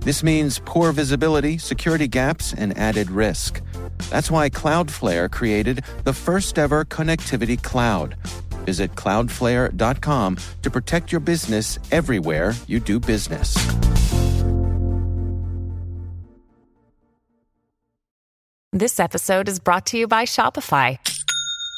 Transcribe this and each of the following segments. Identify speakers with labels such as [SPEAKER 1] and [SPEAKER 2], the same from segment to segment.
[SPEAKER 1] This means poor visibility, security gaps, and added risk. That's why Cloudflare created the first ever connectivity cloud. Visit cloudflare.com to protect your business everywhere you do business.
[SPEAKER 2] This episode is brought to you by Shopify.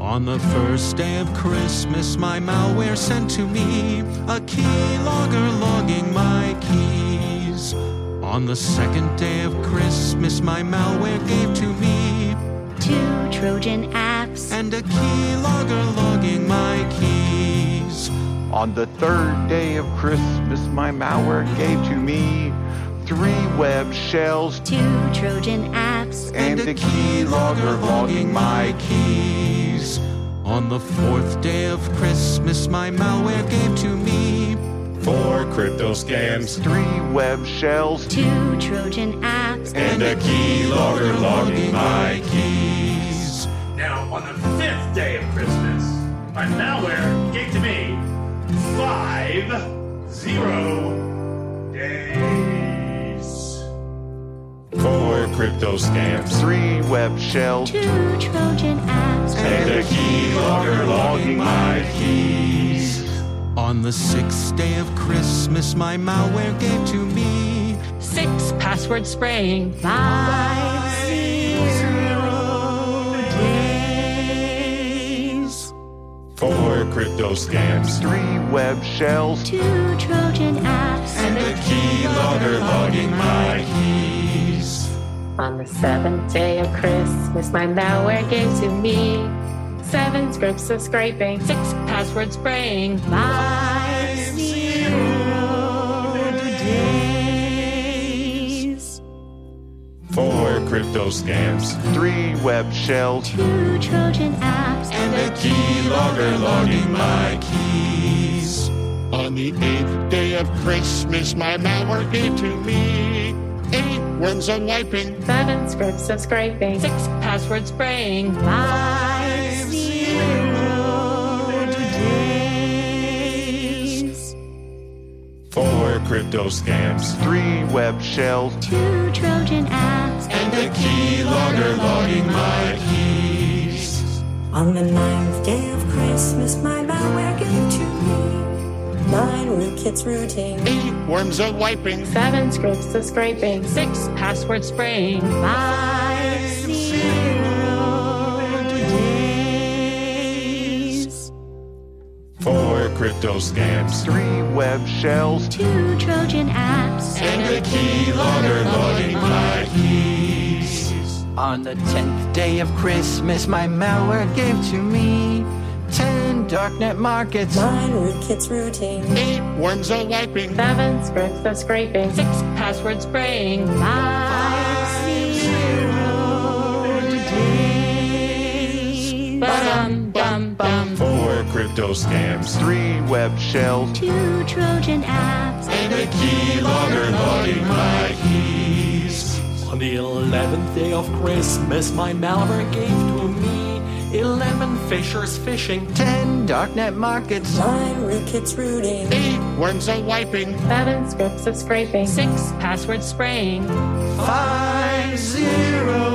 [SPEAKER 1] On the first day of Christmas, my malware sent to me a keylogger logging my keys. On the second day of Christmas, my malware gave to me
[SPEAKER 3] two Trojan apps,
[SPEAKER 1] and a keylogger logging my keys.
[SPEAKER 4] On the third day of Christmas, my malware gave to me three web shells
[SPEAKER 3] two Trojan apps,
[SPEAKER 4] and, a keylogger logging my keys.
[SPEAKER 1] On the fourth day of Christmas, my malware gave to me
[SPEAKER 5] four crypto scams
[SPEAKER 4] Three web shells
[SPEAKER 3] two Trojan apps,
[SPEAKER 5] and a keylogger logging my keys.
[SPEAKER 6] Now, on the fifth day of Christmas, my malware gave to me five zero days.
[SPEAKER 5] Four crypto scams
[SPEAKER 4] three web shells,
[SPEAKER 3] two Trojan apps,
[SPEAKER 5] and a keylogger logging my keys.
[SPEAKER 1] On the sixth day of Christmas, my malware gave to me
[SPEAKER 7] Six password spraying.
[SPEAKER 3] five
[SPEAKER 1] zero days.
[SPEAKER 5] Four crypto scams
[SPEAKER 4] three web shells,
[SPEAKER 3] two Trojan apps,
[SPEAKER 5] and a keylogger logging my keys.
[SPEAKER 7] On the seventh day of Christmas, my malware gave to me seven scripts of scraping, six password spraying.
[SPEAKER 3] five zero days,
[SPEAKER 5] Four crypto scams
[SPEAKER 4] three web shells,
[SPEAKER 3] two Trojan apps,
[SPEAKER 5] and a keylogger logging my keys.
[SPEAKER 8] On the eighth day of Christmas, my malware gave to me eight ones on wiping,
[SPEAKER 7] Seven scripts of scraping, six password spraying.
[SPEAKER 3] five zero days,
[SPEAKER 5] Four crypto scams
[SPEAKER 4] three web shells,
[SPEAKER 3] two Trojan apps,
[SPEAKER 5] and a keylogger logging my keys.
[SPEAKER 9] On the ninth day of Christmas, my malware gave to me nine rootkits rooting,
[SPEAKER 8] eight ones on wiping,
[SPEAKER 7] Seven scripts of scraping, six password spraying.
[SPEAKER 3] five zero days,
[SPEAKER 5] Four crypto scams
[SPEAKER 4] three web shells,
[SPEAKER 3] two Trojan apps,
[SPEAKER 5] and a keylogger logging my keys.
[SPEAKER 10] On the tenth day of Christmas, my malware gave to me ten darknet markets.
[SPEAKER 9] nine rootkits rooting,
[SPEAKER 8] eight ones on wiping,
[SPEAKER 7] Seven scripts of scraping, six password spraying.
[SPEAKER 3] five zero days,
[SPEAKER 7] Bum bum bum.
[SPEAKER 5] Four crypto scams
[SPEAKER 4] three web shells,
[SPEAKER 3] two Trojan apps,
[SPEAKER 5] and a keylogger logging my keys.
[SPEAKER 10] On the eleventh day of Christmas, my malware gave to me eleven Fisher's phishing, ten darknet markets.
[SPEAKER 9] nine rootkits rooting,
[SPEAKER 8] eight ones on wiping,
[SPEAKER 7] Seven scripts of scraping, six password spraying.
[SPEAKER 10] Five zero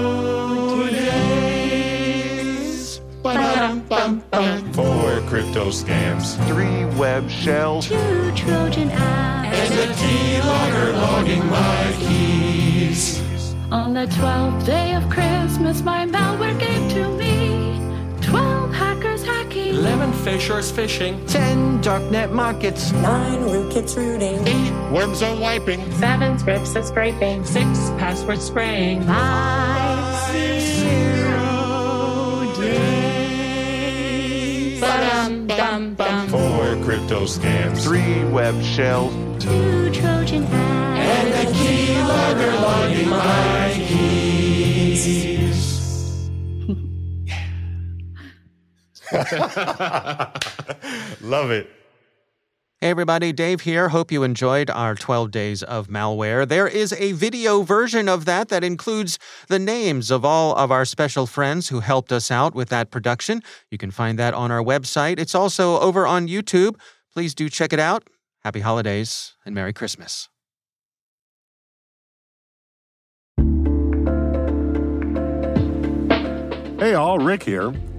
[SPEAKER 10] days.
[SPEAKER 8] bum bum bum,
[SPEAKER 5] Four crypto scams
[SPEAKER 4] three web shells,
[SPEAKER 3] two Trojan apps.
[SPEAKER 5] and a keylogger logging my keys.
[SPEAKER 7] On the twelfth day of Christmas, my malware gave to me twelve hackers hacking,
[SPEAKER 10] 11 fishers fishing.
[SPEAKER 8] 10 darknet markets.
[SPEAKER 9] 9 rootkits rooting.
[SPEAKER 8] 8 worms are wiping.
[SPEAKER 7] 7 scripts are scraping, 6 password spraying, 5
[SPEAKER 5] Zero days.
[SPEAKER 7] dum dum dum.
[SPEAKER 5] Four crypto scams.
[SPEAKER 4] Three web shells.
[SPEAKER 3] two Trojan
[SPEAKER 5] And
[SPEAKER 3] apps,
[SPEAKER 5] a keylogger logging my keys.
[SPEAKER 11] Love it.
[SPEAKER 1] Hey everybody, Dave here. Hope you enjoyed our 12 days of malware. There is a video version of that that includes the names of all of our special friends who helped us out with that production. You can find that on our website. It's also over on YouTube. Please do check it out. Happy holidays and Merry Christmas.
[SPEAKER 12] Hey all, Rick here.